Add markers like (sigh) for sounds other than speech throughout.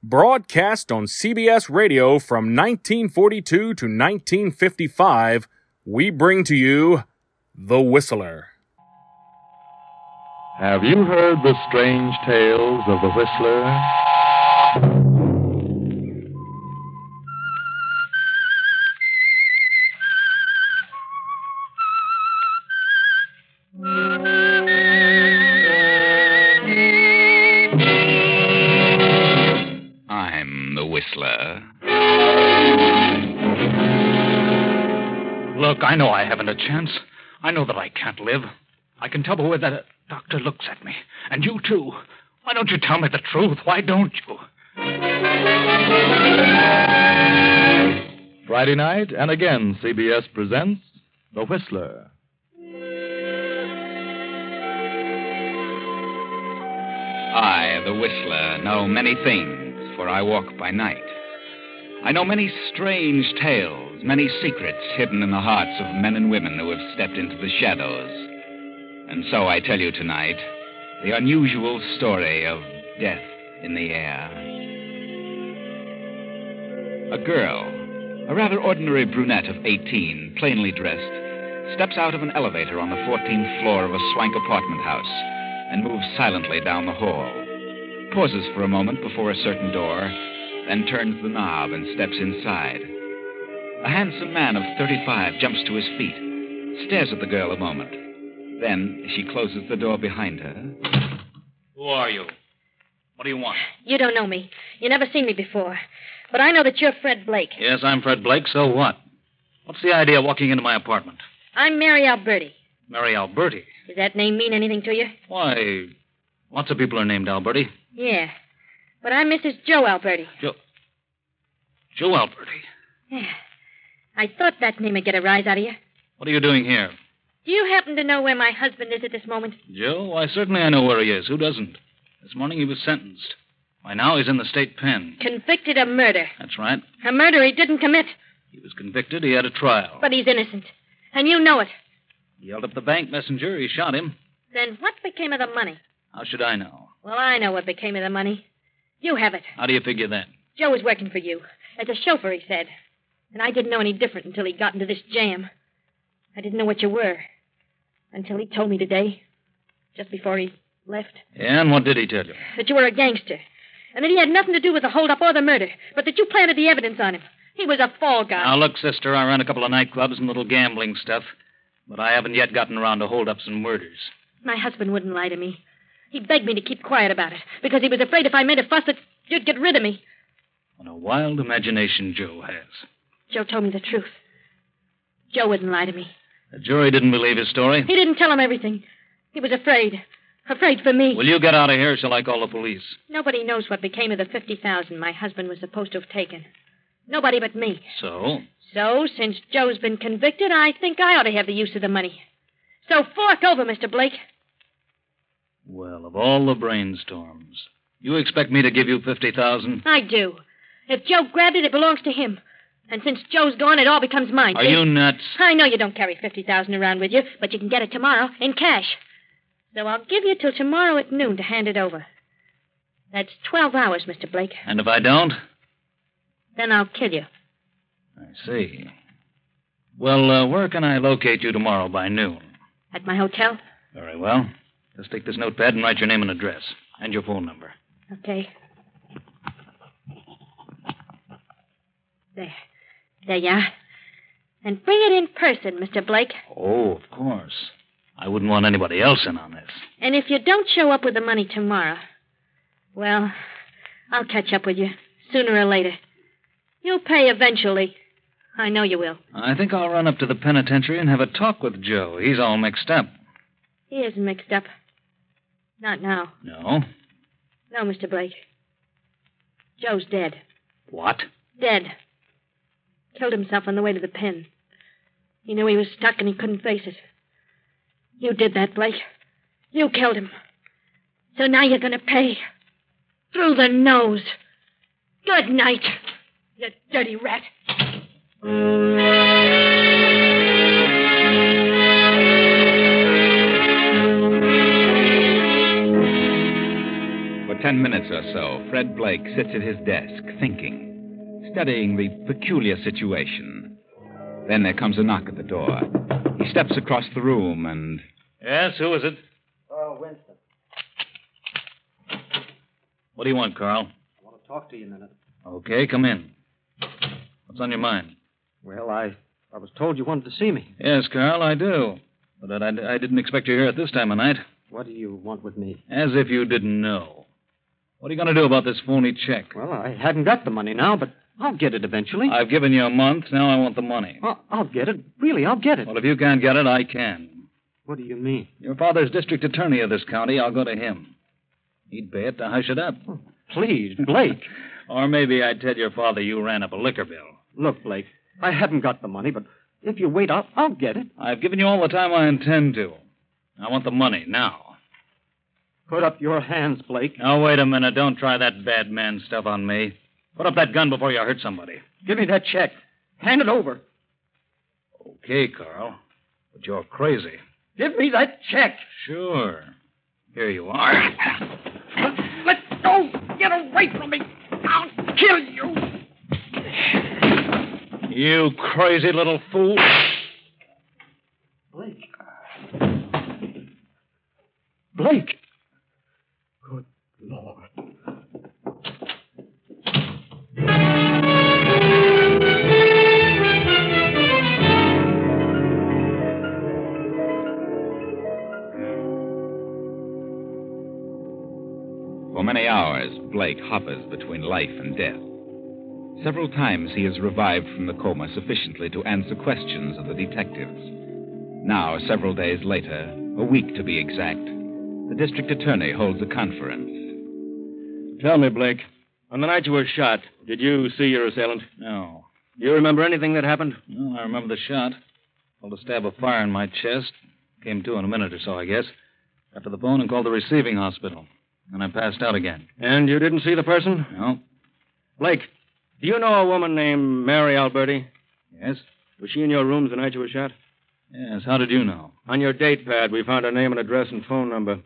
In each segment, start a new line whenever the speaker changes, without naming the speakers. broadcast on CBS Radio from 1942 to 1955, we bring to you The Whistler.
Have you heard the strange tales of the Whistler?
I'm the Whistler.
Look, I know I haven't a chance. I know that I can't live. I can tell by the way that a doctor looks at me. And you, too. Why don't you tell me the truth? Why don't you?
Friday night, and again, CBS presents The Whistler.
I, the Whistler, know many things, for I walk by night. I know many strange tales, many secrets hidden in the hearts of men and women who have stepped into the shadows. And so I tell you tonight the unusual story of death in the air. A girl, a rather ordinary brunette of 18, plainly dressed, steps out of an elevator on the 14th floor of a swank apartment house and moves silently down the hall. Pauses for a moment before a certain door, then turns the knob and steps inside. A handsome man of 35 jumps to his feet, stares at the girl a moment. Then she closes the door behind her.
Who are you? What do you want?
You don't know me. You never seen me before. But I know that you're Fred Blake.
Yes, I'm Fred Blake, so what? What's the idea of walking into my apartment?
I'm Mary Alberti.
Mary Alberti.
Does that name mean anything to you?
Why, lots of people are named Alberti.
Yeah. But I'm Mrs. Joe Alberti.
Joe Alberti.
Yeah. I thought that name would get a rise out of you.
What are you doing here?
Do you happen to know where my husband is at this moment?
Joe? Why, certainly I know where he is. Who doesn't? This morning he was sentenced. By now he's in the state pen.
Convicted of murder.
That's right.
A murder he didn't commit,
He was convicted. He had a trial.
but he's innocent. And you know it.
He yelled up the bank messenger. He shot him.
Then what became of the money?
How should I know?
Well, I know what became of the money. You have it.
How do you figure that?
Joe was working for you. As a chauffeur, he said. And I didn't know any different until he got into this jam. I didn't know what you were. Until he told me today, just before he left,
Yeah, and what did he tell you?
that you were a gangster. And that he had nothing to do with the holdup or the murder, but that you planted the evidence on him. He was a fall guy.
Now, look, sister, I run a couple of nightclubs and little gambling stuff, but I haven't yet gotten around to holdups and murders.
My husband wouldn't lie to me. He begged me to keep quiet about it, because he was afraid if I made a fuss that you'd get rid of me.
What a wild imagination Joe has.
Joe told me the truth. Joe wouldn't lie to me.
The jury didn't believe his story.
He didn't tell him everything. He was afraid. Afraid for me.
Will you get out of here, or shall I call the police?
Nobody knows what became of the 50,000 my husband was supposed to have taken. Nobody but me.
So,
So, since Joe's been convicted, I think I ought to have the use of the money. So, fork over, Mr. Blake.
well, of all the brainstorms, you expect me to give you 50000
I do. If Joe grabbed it, it belongs to him. And since Joe's gone, it all becomes mine.
Are you nuts?
I know you don't carry 50,000 around with you, but you can get it tomorrow in cash. So I'll give you till tomorrow at noon to hand it over. That's 12 hours, Mr. Blake.
And if I don't?
Then I'll kill you.
I see. Well, uh, where can I locate you tomorrow by noon?
At my hotel?
Very well. Just take this notepad and write your name and address and your phone number.
Okay. There. There you are. And bring it in person, Mr. Blake.
Oh, of course. I wouldn't want anybody else in on this.
And if you don't show up with the money tomorrow, well, I'll catch up with you sooner or later. You'll pay eventually. I know you will.
I think I'll run up to the penitentiary and have a talk with Joe. He's all mixed up.
He isn't mixed up. Not now.
No.
No, Mr. Blake. Joe's dead.
What?
Dead. Killed himself on the way to the pen. He knew he was stuck and he couldn't face it. You did that, Blake. You killed him. So now you're going to pay. Through the nose. Good night, you dirty rat.
For ten minutes or so, Fred Blake sits at his desk, thinking, studying the peculiar situation. Then there comes a knock at the door. He steps across the room and.
Yes, who is it?
Oh, Winston.
What do you want, Carl?
I want to talk to you in a minute.
Okay, come in. What's on your mind?
Well, I, I was told you wanted to see me.
Yes, Carl, I do. But I, I didn't expect you here at this time of night.
What do you want with me?
As if you didn't know. What are you going to do about this phony check?
Well, I hadn't got the money now, but I'll get it eventually.
I've given you a month. Now I want the money.
Well, I'll get it. Really, I'll get it.
Well, if you can't get it, I can.
What do you mean?
Your father's district attorney of this county. I'll go to him. He'd pay it to hush it up.
Please, Blake.
Or maybe I'd tell your father you ran up a liquor bill.
Look, Blake, I haven't got the money, but if you wait, I'll, I'll get it.
I've given you all the time I intend to. I want the money now.
Put up your hands, Blake.
Now, wait a minute. Don't try that bad man stuff on me. Put up that gun before you hurt somebody.
Give me that check. Hand it over.
Okay, Carl. But you're crazy.
Give me that check.
Sure. Here you are. (laughs)
Let go! Get away from me! I'll kill you!
You crazy little fool.
Blake. Blake. Good Lord.
For many hours, Blake hovers between life and death. Several times he is revived from the coma sufficiently to answer questions of the detectives. Now, several days later, a week to be exact, the district attorney holds a conference.
Tell me, Blake, on the night you were shot, did you see your assailant?
No.
Do you remember anything that happened?
Well, I remember the shot. Felt a stab of fire in my chest. Came to in a minute or so, I guess. Got to the phone and called the receiving hospital. And I passed out again.
And you didn't see the person?
No?
Blake, do you know a woman named Mary Alberti?
Yes?
Was she in your room the night you were shot?
Yes. How did you know?
On your date pad, we found her name and address and phone number.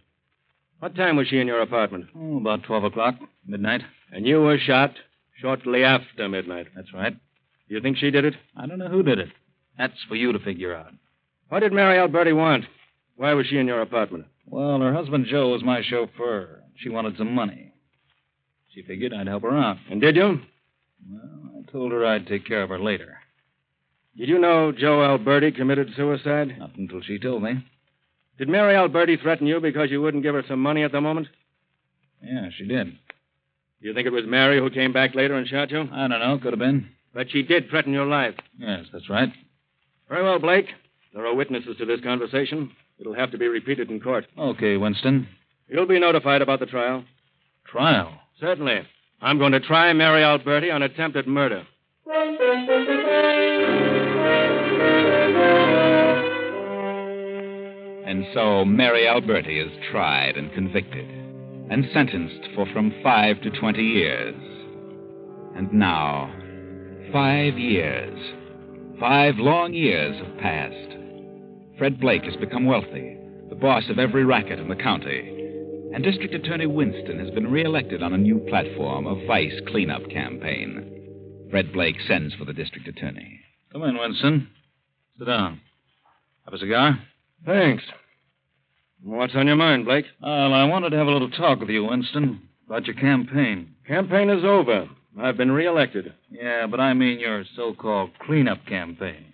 What time was she in your apartment?
Oh, about 12 o'clock, midnight.
And you were shot shortly after midnight.
That's right.
Do you think she did it?
I don't know who did it. That's for you to figure out.
What did Mary Alberti want? Why was she in your apartment?
Well, her husband Joe was my chauffeur. She wanted some money. She figured I'd help her out.
And did you?
Well, I told her I'd take care of her later.
Did you know Joe Alberti committed suicide?
Not until she told me.
Did Mary Alberti threaten you because you wouldn't give her some money at the moment?
Yeah, she did.
Do you think it was Mary who came back later and shot you?
I don't know. Could have been.
But she did threaten your life.
Yes, that's right.
Very well, Blake. There are witnesses to this conversation. It'll have to be repeated in court.
Okay, Winston.
You'll be notified about the trial.
Trial.
Certainly. I'm going to try Mary Alberti on attempted murder.
And so, Mary Alberti is tried and convicted, and sentenced for from five to twenty years. And now, five years, five long years have passed. Fred Blake has become wealthy, the boss of every racket in the county, and District Attorney Winston has been reelected on a new platform, a vice cleanup campaign. Fred Blake sends for the district attorney.
Come in, Winston. Sit down. Have a cigar?
Thanks. What's on your mind, Blake?
Well, I wanted to have a little talk with you, Winston, about your campaign.
Campaign is over. I've been reelected.
Yeah, but I mean your so-called cleanup campaign.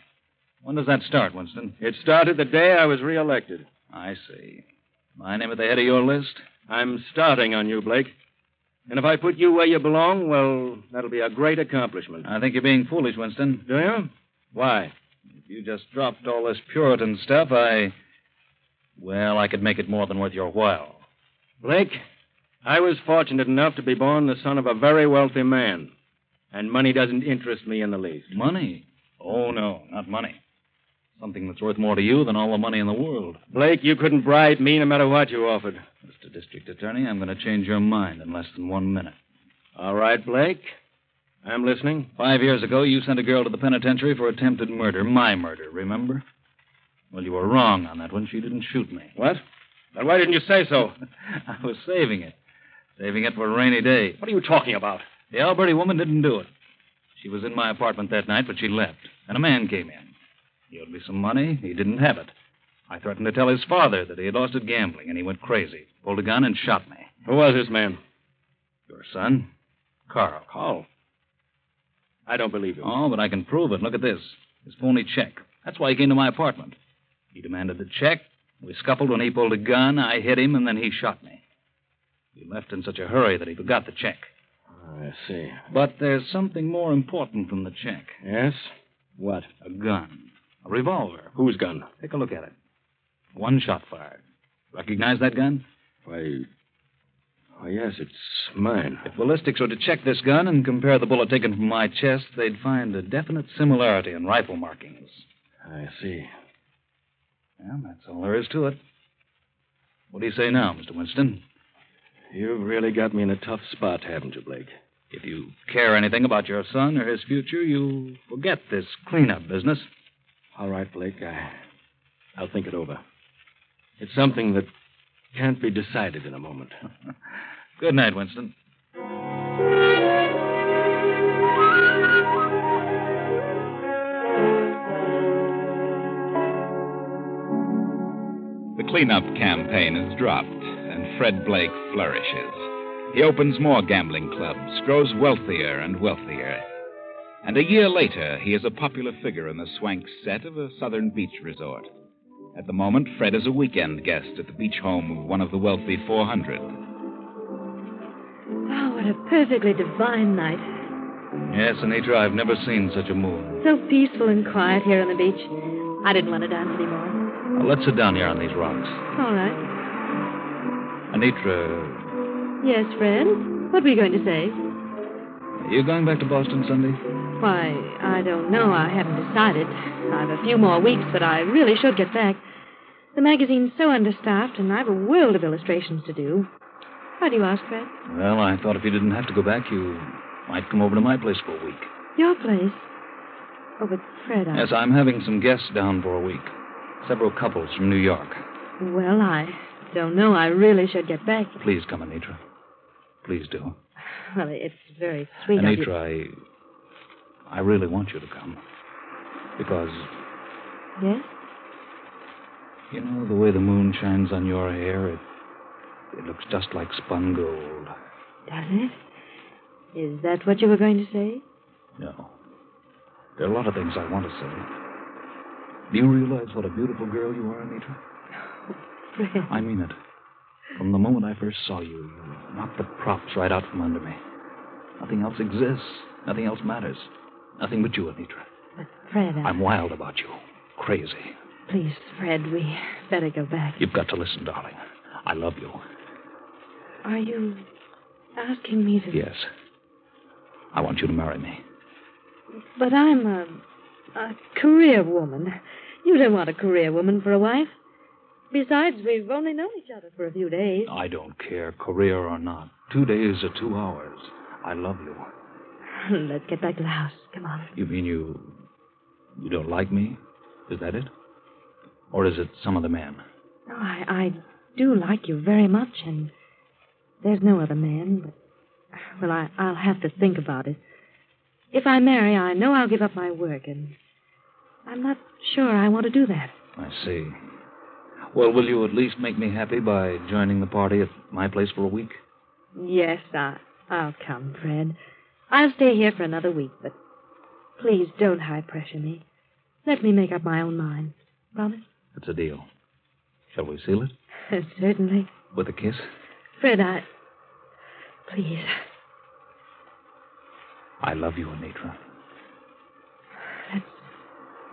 When does that start, Winston?
It started the day I was reelected.
I see. My name at the head of your list?
I'm starting on you, Blake. And if I put you where you belong, well, that'll be a great accomplishment.
I think you're being foolish, Winston.
Do you? Why?
If you just dropped all this Puritan stuff, I. Well, I could make it more than worth your while.
Blake,
I was fortunate enough to be born the son of a very wealthy man, and money doesn't interest me in the least.
Money? Oh, no, not money. Something that's worth more to you than all the money in the world.
Blake, you couldn't bribe me no matter what you offered.
Mr. District Attorney, I'm going to change your mind in less than one minute.
All right, Blake. I'm listening.
Five years ago, you sent a girl to the penitentiary for attempted murder, my murder, remember? Well, you were wrong on that one. She didn't shoot me.
What? Then why didn't you say so?
(laughs) I was saving it. Saving it for a rainy day.
What are you talking about?
The Alberti woman didn't do it. She was in my apartment that night, but she left, and a man came in. He owed me some money. He didn't have it. I threatened to tell his father that he had lost at gambling, and he went crazy, pulled a gun, and shot me.
Who was this man?
Your son, Carl.
Carl. I don't believe you.
Oh, but I can prove it. Look at this. His phony check. That's why he came to my apartment. He demanded the check. We scuffled when he pulled a gun. I hit him, and then he shot me. He left in such a hurry that he forgot the check.
Oh, I see.
But there's something more important than the check
Yes? What?
a gun, a revolver.
Whose gun?
Take a look at it. One shot fired. Recognize that gun?
Why. Oh, yes, it's mine.
If ballistics were to check this gun and compare the bullet taken from my chest, they'd find a definite similarity in rifle markings.
I see.
Well, that's all there is to it. What do you say now, Mr. Winston?
You've really got me in a tough spot, haven't you, Blake?
If you care anything about your son or his future, you'll forget this cleanup business.
All right, Blake. I, I'll think it over. It's something that can't be decided in a moment.
Good night, Winston.
The cleanup campaign is dropped, and Fred Blake flourishes. He opens more gambling clubs, grows wealthier and wealthier. And a year later, he is a popular figure in the swank set of a southern beach resort. At the moment, Fred is a weekend guest at the beach home of one of the wealthy 400.
Oh, what a perfectly divine night.
Yes, Anitra, I've never seen such a moon.
So peaceful and quiet here on the beach. I didn't want to dance anymore.
Now, let's sit down here on these rocks.
All right.
Anitra,
Yes, Fred. What were you going to say?
are you going back to Boston Sunday?
Why, I don't know. I haven't decided. I've a few more weeks, but I really should get back. The magazine's so understaffed, and I've a world of illustrations to do. Why do you ask, Fred?
Well, I thought if you didn't have to go back, you might come over to my place for a week.
Your place. Oh, but Fred, I.
Yes, I'm having some guests down for a week. Several couples from New York.
Well, I don't know. I really should get back.
Please come, Anitra. Please do.
Well, it's very sweet of you.
Anitra, I. I really want you to come. Because,
Yes?
you know, the way the moon shines on your hair, it. It looks just like spun gold.
Does it? Is that what you were going to say?
No. There are a lot of things I want to say. Do you realize what a beautiful girl you are, Anitra?
Fred.
I mean it. From the moment I first saw you, you knocked the props right out from under me. Nothing else exists. Nothing else matters. Nothing but you, Anitra.
Fred, I...
I'm wild about you. Crazy.
please, Fred, we better go back.
You've got to listen, darling. I love you.
Are you asking me to.
Yes. I want you to marry me.
But I'm a, a career woman. You don't want a career woman for a wife. Besides, we've only known each other for a few days. (laughs)
I don't care, career or not. Two days or two hours. I love you.
Let's get back to the house. Come on.
You mean you. You don't like me? Is that it? Or is it some other man?
No, I, I do like you very much, and there's no other man, but. Well, I, I'll have to think about it. If I marry, I know I'll give up my work, and I'm not sure I want to do that.
I see. Well, will you at least make me happy by joining the party at my place for a week?
Yes, I, I'll come, Fred. I'll stay here for another week, but please don't high pressure me. Let me make up my own mind. Promise? (laughs)
It's a deal. Shall we seal it?
Certainly.
With a kiss?
Fred, I. Please.
I love you, Anitra.
Let's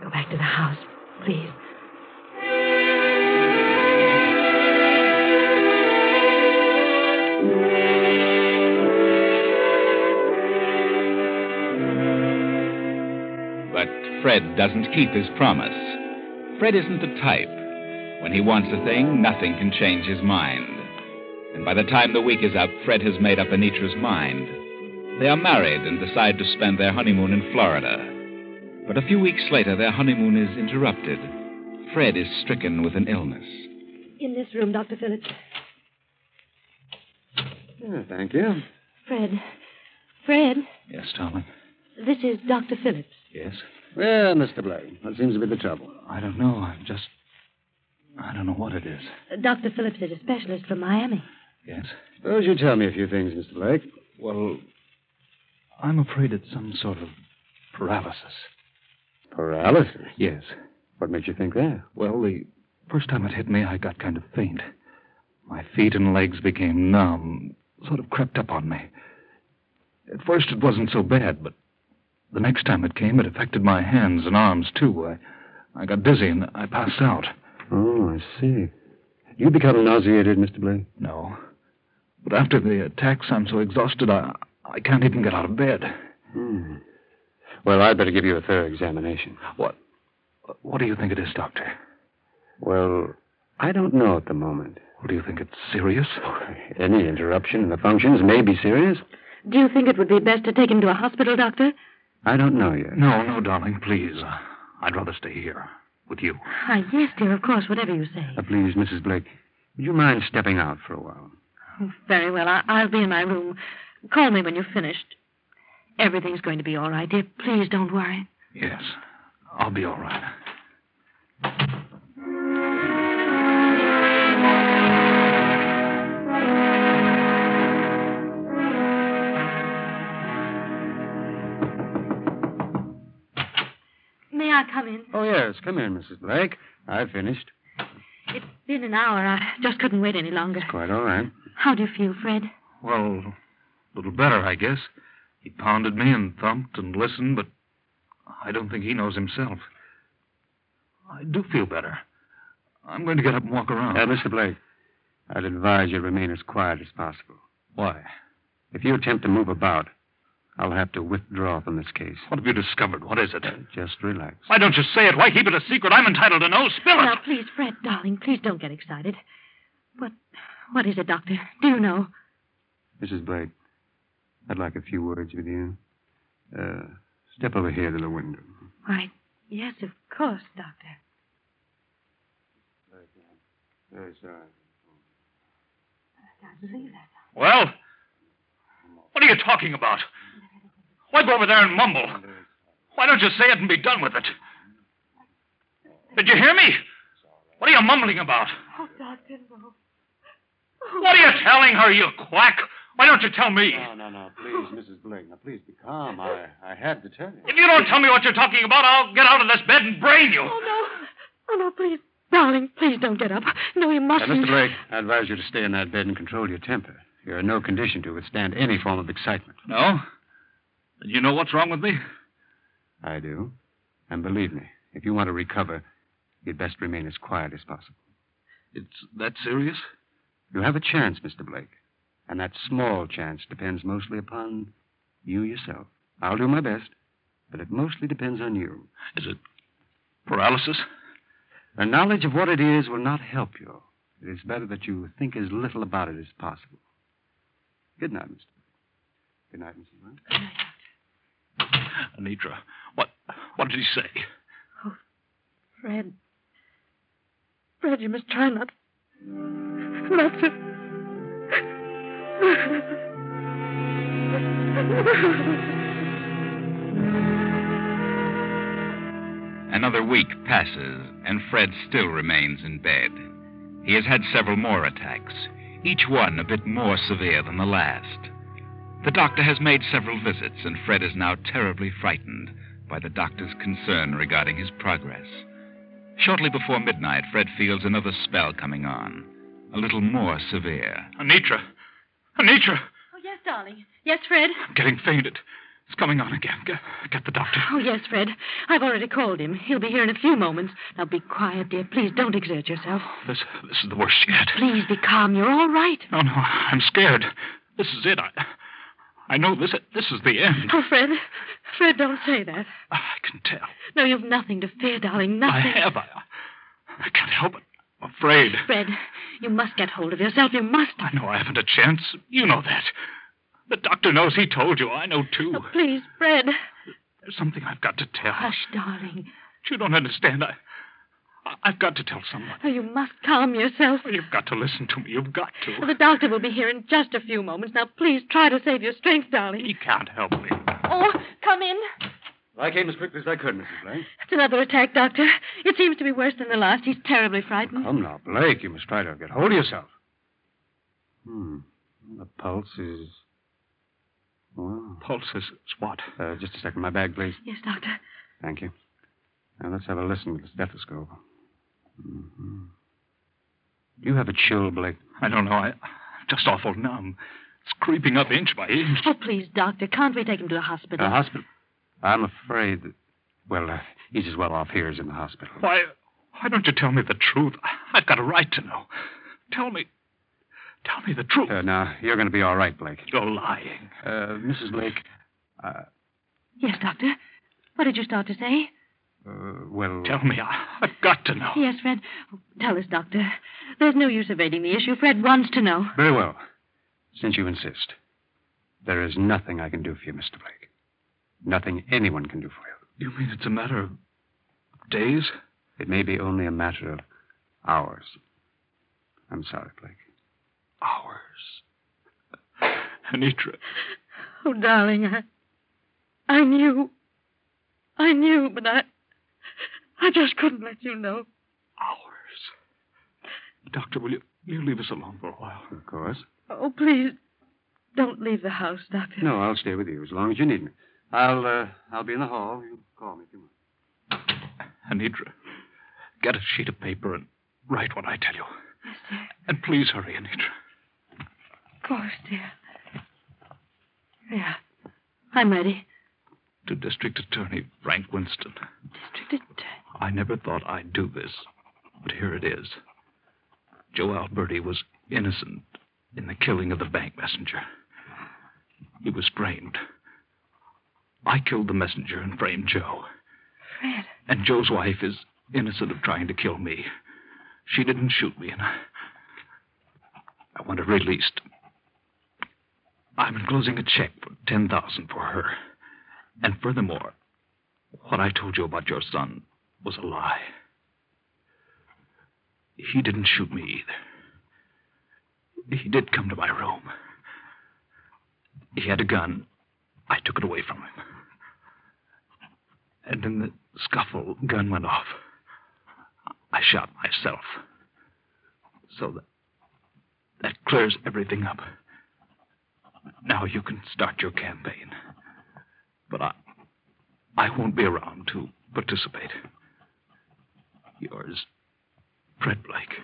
go back to the house, please.
But Fred doesn't keep his promise. Fred isn't the type. When he wants a thing, nothing can change his mind. And by the time the week is up, Fred has made up Anitra's mind. They are married and decide to spend their honeymoon in Florida. But a few weeks later, their honeymoon is interrupted. Fred is stricken with an illness.
In this room, Dr. Phillips.
Yeah, thank you.
Fred. Fred,
Yes, Tomlin.
this is Dr. Phillips.
Yes.
Well,
uh,
Mr. Blake, that seems to be the trouble.
I don't know. I'm just. I don't know what it is.
Uh, Dr. Phillips is a specialist from Miami.
Yes.
Suppose you tell me a few things, Mr. Blake.
Well, I'm afraid it's some sort of paralysis.
Paralysis?
Yes.
What makes you think that?
Well, the first time it hit me, I got kind of faint. My feet and legs became numb, sort of crept up on me. At first, it wasn't so bad, but the next time it came, it affected my hands and arms, too. I, I got dizzy and I passed out.
Oh, I see. You become nauseated, Mr. Blake?
No. But after the attacks, I'm so exhausted, I, I can't even get out of bed.
Hmm. Well, I'd better give you a thorough examination.
What? What do you think it is, Doctor?
Well, I don't know at the moment.
What do you think? It's serious?
(laughs) Any interruption in the functions may be serious.
Do you think it would be best to take him to a hospital, Doctor?
I don't know yet.
No, no, darling, please. uh, I'd rather stay here with you.
Ah, yes, dear, of course, whatever you say.
Uh, please, Mrs. Blake, would you mind stepping out for a while?
Oh, Very well. I- I'll be in my room. Call me when you've finished. Everything's going to be all right, dear. Please don't worry.
Yes, I'll be all right.
May I come in?
Oh, yes. Come in, Mrs. Blake. I've finished.
It's been an hour. I just couldn't wait any longer.
Quite all right.
How do you feel, Fred?
Well, a little better, I guess. He pounded me and thumped and listened, but I don't think he knows himself. I do feel better. I'm going to get up and walk around.
Uh, Mr. Blake, I'd advise you to remain as quiet as possible.
Why?
If you attempt to move about, I'll have to withdraw from this case.
What have you discovered? What is it?
Just relax.
Why don't you say it? Why keep it a secret? I'm entitled to know. Spill
Now, please, Fred, darling, please don't get excited. What, what is it, Doctor? Do you know?
Mrs. Blake, I'd like a few words with you. Uh, step over here to the window.
Why, yes, of course, Doctor.
Very Uh, sorry.
Oh,
Well? What are you talking about? Why go over there and mumble? Why don't you say it and be done with it? Did you hear me? What are you mumbling about?
Oh, Doctor, no.
What are you telling her, you quack? Why don't you tell me?
no, no. Please, Mrs. Blake, now please be calm. I, I had to tell you.
If you don't tell me what you're talking about, I'll get out of this bed and brain you.
Oh, no. Oh, no, please, darling, please don't get up. No, you mustn't.
Mr. Blake, I advise you to stay in that bed and control your temper. You're in no condition to withstand any form of excitement.
No? Did you know what's wrong with me?
I do. And believe me, if you want to recover, you'd best remain as quiet as possible.
It's that serious?
You have a chance, Mr. Blake. And that small chance depends mostly upon you yourself. I'll do my best, but it mostly depends on you.
Is it paralysis?
The knowledge of what it is will not help you. It is better that you think as little about it as possible. Good night, Mr. Blake. Good night, Mrs. Blake.
Anitra, what what did he say?
Fred. Fred, you must try not. Not to.
Another week passes, and Fred still remains in bed. He has had several more attacks, each one a bit more severe than the last. The doctor has made several visits, and Fred is now terribly frightened by the doctor's concern regarding his progress. Shortly before midnight, Fred feels another spell coming on, a little more severe.
Anitra. Anitra.
Oh, yes, darling. Yes, Fred.
I'm getting fainted. It's coming on again. Get, get the doctor.
Oh, yes, Fred. I've already called him. He'll be here in a few moments. Now, be quiet, dear. Please don't exert yourself.
This, this is the worst yet.
Please be calm. You're all right.
No, no, I'm scared. This is it. I, I know this. This is the end.
Oh, Fred. Fred, don't say that.
I
can tell.
No, you've nothing to fear, darling. Nothing.
I have. I, I can't help it. I'm afraid.
Fred, you must get hold of yourself. You must.
I know I haven't a chance. You know that. The doctor knows. He told you. I know, too.
Oh, please, Fred.
There's something I've got to tell.
Hush, darling.
You don't understand. I, I- I've got to tell someone.
Oh, you must calm yourself.
You've got to listen to me. You've got to.
The doctor will be here in just a few moments. Now, please try to save your strength, darling.
He can't help me.
Oh, come in.
I came as quickly as I could, Mrs. Blake.
It's another attack, Doctor. It seems to be worse than the last. He's terribly frightened.
Come now, Blake. You must try to get hold of yourself. Hmm. The pulse is. Well,
Pulses is what?
uh, just a second. My bag, please.
Yes, Doctor.
Thank you. Now let's have a listen with the stethoscope. Mhm. Do you have a chill, Blake?
I don't know. I, I'm just awful numb. It's creeping up inch by inch.
Oh, please, Doctor, can't we take him to the hospital?
The hospital? I'm afraid that. Well, uh, he's as well off here as in the hospital.
Why, why don't you tell me the truth? I've got a right to know. Tell me. Tell me the truth.
Uh, now, you're going to be all right, Blake.
You're lying.
Uh, Mrs. Blake,
Yes, Doctor. What did you start to say?
uh, well.
Tell me. I, I've got to know.
Yes, Fred. Oh, tell us, Doctor. There's no use evading the issue. Fred wants to know.
Very well. Since you insist, there is nothing I can do for you, Mr. Blake. Nothing anyone can do for you.
You mean it's a matter of days?
It may be only a matter of hours. I'm sorry, Blake.
Hours. (laughs) Anitra,
Oh, darling, I, I knew, I knew, but I, I just couldn't let you know.
hours. Doctor, will you, will you leave us alone for a while?
Of course.
Oh, please, don't leave the house, Doctor.
No, I'll stay with you as long as you need me. I'll uh, I'll be in the hall. You call me if you want.
Anitra, get a sheet of paper and write what I tell you. And please hurry, Anitra.
Of course, dear. Yeah, I'm ready.
To District Attorney Frank Winston.
District Attorney.
I never thought I'd do this, but here it is. Joe Alberti was innocent in the killing of the bank messenger. He was framed. I killed the messenger and framed Joe.
Fred.
And Joe's wife is innocent of trying to kill me. She didn't shoot me, and I, I want her released. I'm enclosing a check for ten thousand for her. And furthermore, what I told you about your son was a lie. He didn't shoot me either. He did come to my room. He had a gun. I took it away from him. And in the scuffle, gun went off. I shot myself. So that, that clears everything up. Now you can start your campaign. But I, I won't be around to participate. Yours, Fred Blake.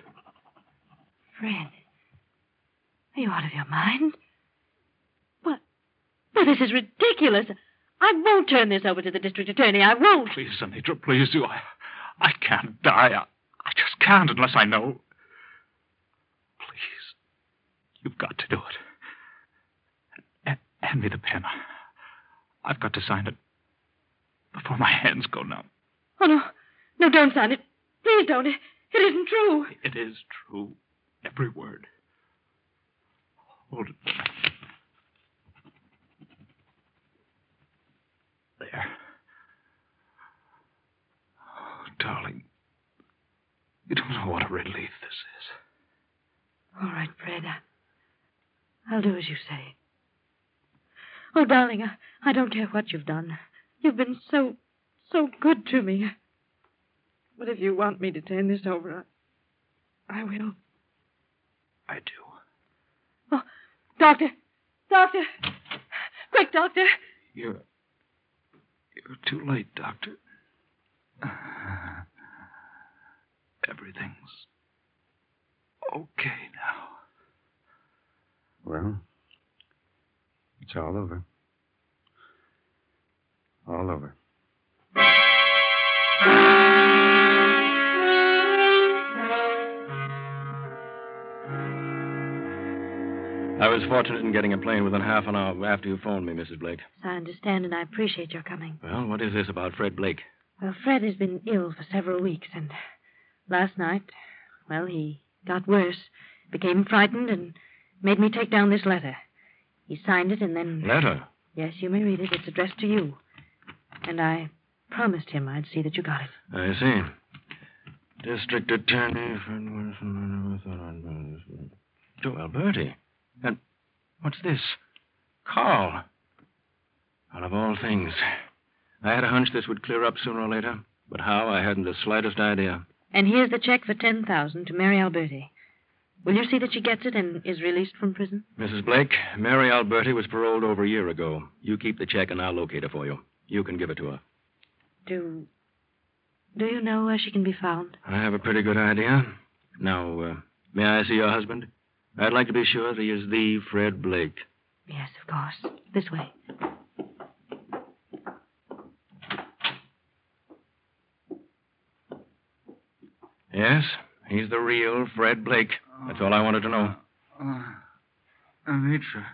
Fred. Are you out of your mind? What? Well, this is ridiculous. I won't turn this over to the district attorney. I won't.
Please, Anitra, please do. I, I can't die. I, I just can't unless I know. Please, you've got to do it. And, hand me the pen. I've got to sign it before my hands go numb.
Oh, no. No, don't sign it. Please don't. It, it isn't true.
It is true, every word. Hold it. There. Oh, darling, you don't know what a relief this is.
All right, Fred. I- I'll do as you say. Oh, darling, I, I don't care what you've done. You've been so, so good to me. But if you want me to turn this over, I, I will.
I do.
Oh, doctor! Doctor! Quick, doctor!
You're. You're too late, Doctor. (sighs) Everything's. okay now.
Well, it's all over. All over.
Our
was fortunate in getting a plane within half an hour after you phoned me, Mrs. Blake.
I understand, and I appreciate your coming.
Well, what is this about Fred Blake?
Well, Fred has been ill for several weeks, and last night, well, he got worse, became frightened, and made me take down this letter. He signed it, and then.
Letter?
Yes, you may read it. It's addressed to you. And I promised him I'd see that you got it.
I see. District Attorney Fred Wilson. To Alberti. And what's this? Carl. Out of all things. I had a hunch this would clear up sooner or later, but how I hadn't the slightest idea.
And here's the check for 10000 to Mary Alberti. Will you see that she gets it and is released from prison?
Mrs. Blake, Mary Alberti was paroled over a year ago. You keep the check and I'll locate her for you. You can give it to her.
Do. Do you know where she can be found?
I have a pretty good idea. Now, uh, may I see your husband? I'd like to be sure that he is the Fred Blake.
Yes, of course. This way.
Yes, he's the real Fred Blake. That's all I wanted to know.
Anitra.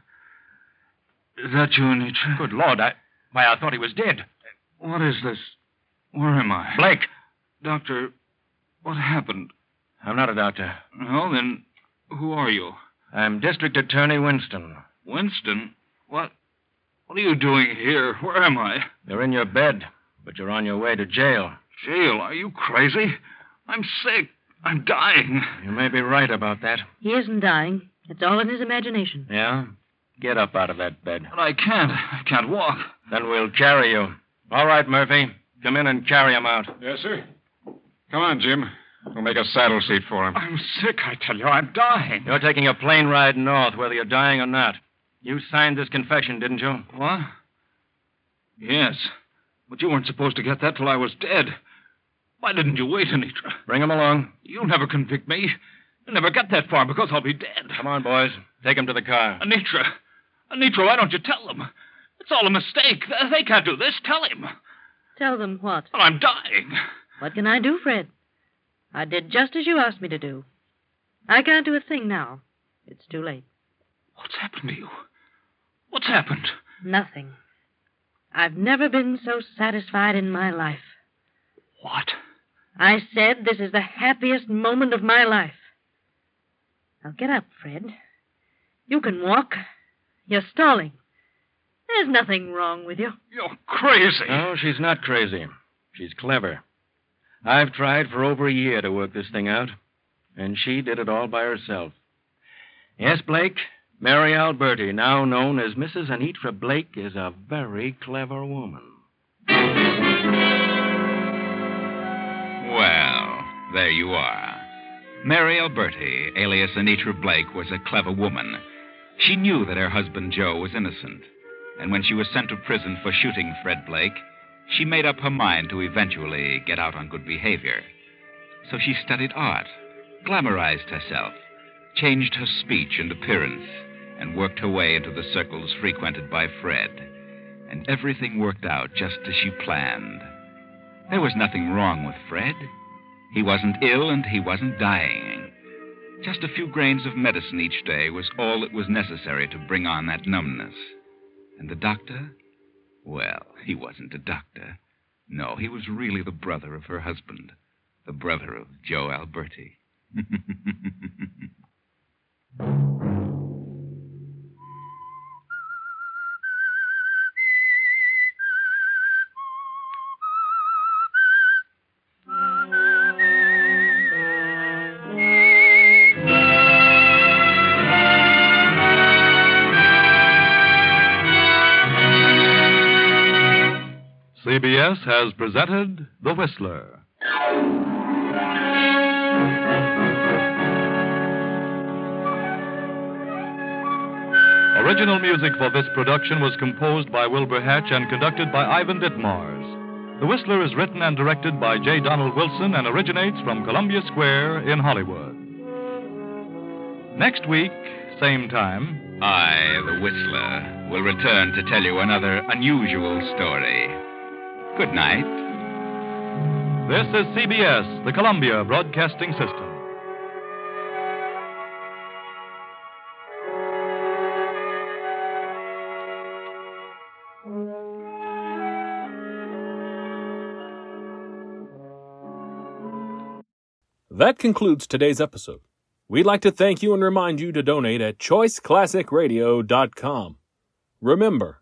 Is that you, Anitra?
Good Lord, I. Why, I thought he was dead.
What is this? Where am I?
Blake!
Doctor, what happened?
I'm not a doctor.
No, then who are you?
I'm District Attorney Winston.
Winston? What? What are you doing here? Where am I?
You're in your bed, but you're on your way to jail.
Jail? Are you crazy? I'm sick. I'm dying.
You may be right about that.
He isn't dying. It's all in his imagination.
Yeah? Get up out of that bed.
But I can't. I can't walk.
Then we'll carry you. All right, Murphy. Come in and carry him out.
Yes, sir. Come on, Jim. We'll make a saddle seat for him.
I'm sick, I tell you. I'm dying.
You're taking a plane ride north, whether you're dying or not. You signed this confession, didn't you?
What?
Yes. But you weren't supposed to get that till I was dead. Why didn't you wait, Anitra?
Bring him along.
You'll never convict me. You'll never get that far because I'll be dead.
Come on, boys. Take him to the car.
Anitra. Anitra, Uh, why don't you tell them? It's all a mistake. They- They can't do this. Tell him. Well,
Tell them what?
I'm dying.
What can I do, Fred? I did just as you asked me to do. I can't do a thing now. It's too late.
What's happened to you? What's happened?
Nothing. I've never been so satisfied in my life.
What?
I said this is the happiest moment of my life. Now get up, Fred. You can walk. You're stalling. There's nothing wrong with you.
You're crazy.
No, she's not crazy. She's clever. I've tried for over a year to work this thing out, and she did it all by herself. Yes, Blake, Mary Alberti, now known as Mrs. Anitra Blake, is a very clever woman.
Well, there you are. Mary Alberti, alias Anitra Blake, was a clever woman. She knew that her husband Joe was innocent, and when she was sent to prison for shooting Fred Blake, she made up her mind to eventually get out on good behavior. So she studied art, glamorized herself, changed her speech and appearance, and worked her way into the circles frequented by Fred. And everything worked out just as she planned. There was nothing wrong with Fred. He wasn't ill and he wasn't dying. Just a few grains of medicine each day was all that was necessary to bring on that numbness. And the doctor? Well, he wasn't a doctor. No, he was really the brother of her husband, the brother of Joe Alberti. (laughs)
CBS has presented The Whistler. Original music for this production was composed by Wilbur Hatch and conducted by Ivan Ditmars. The Whistler is written and directed by J. Donald Wilson and originates from Columbia Square in Hollywood. Next week, same time,
I, the Whistler, will return to tell you another unusual story. Good night.
This is CBS, the Columbia Broadcasting System.
That concludes today's episode. We'd like to thank you and remind you to donate at choiceclassicradio.com. Remember,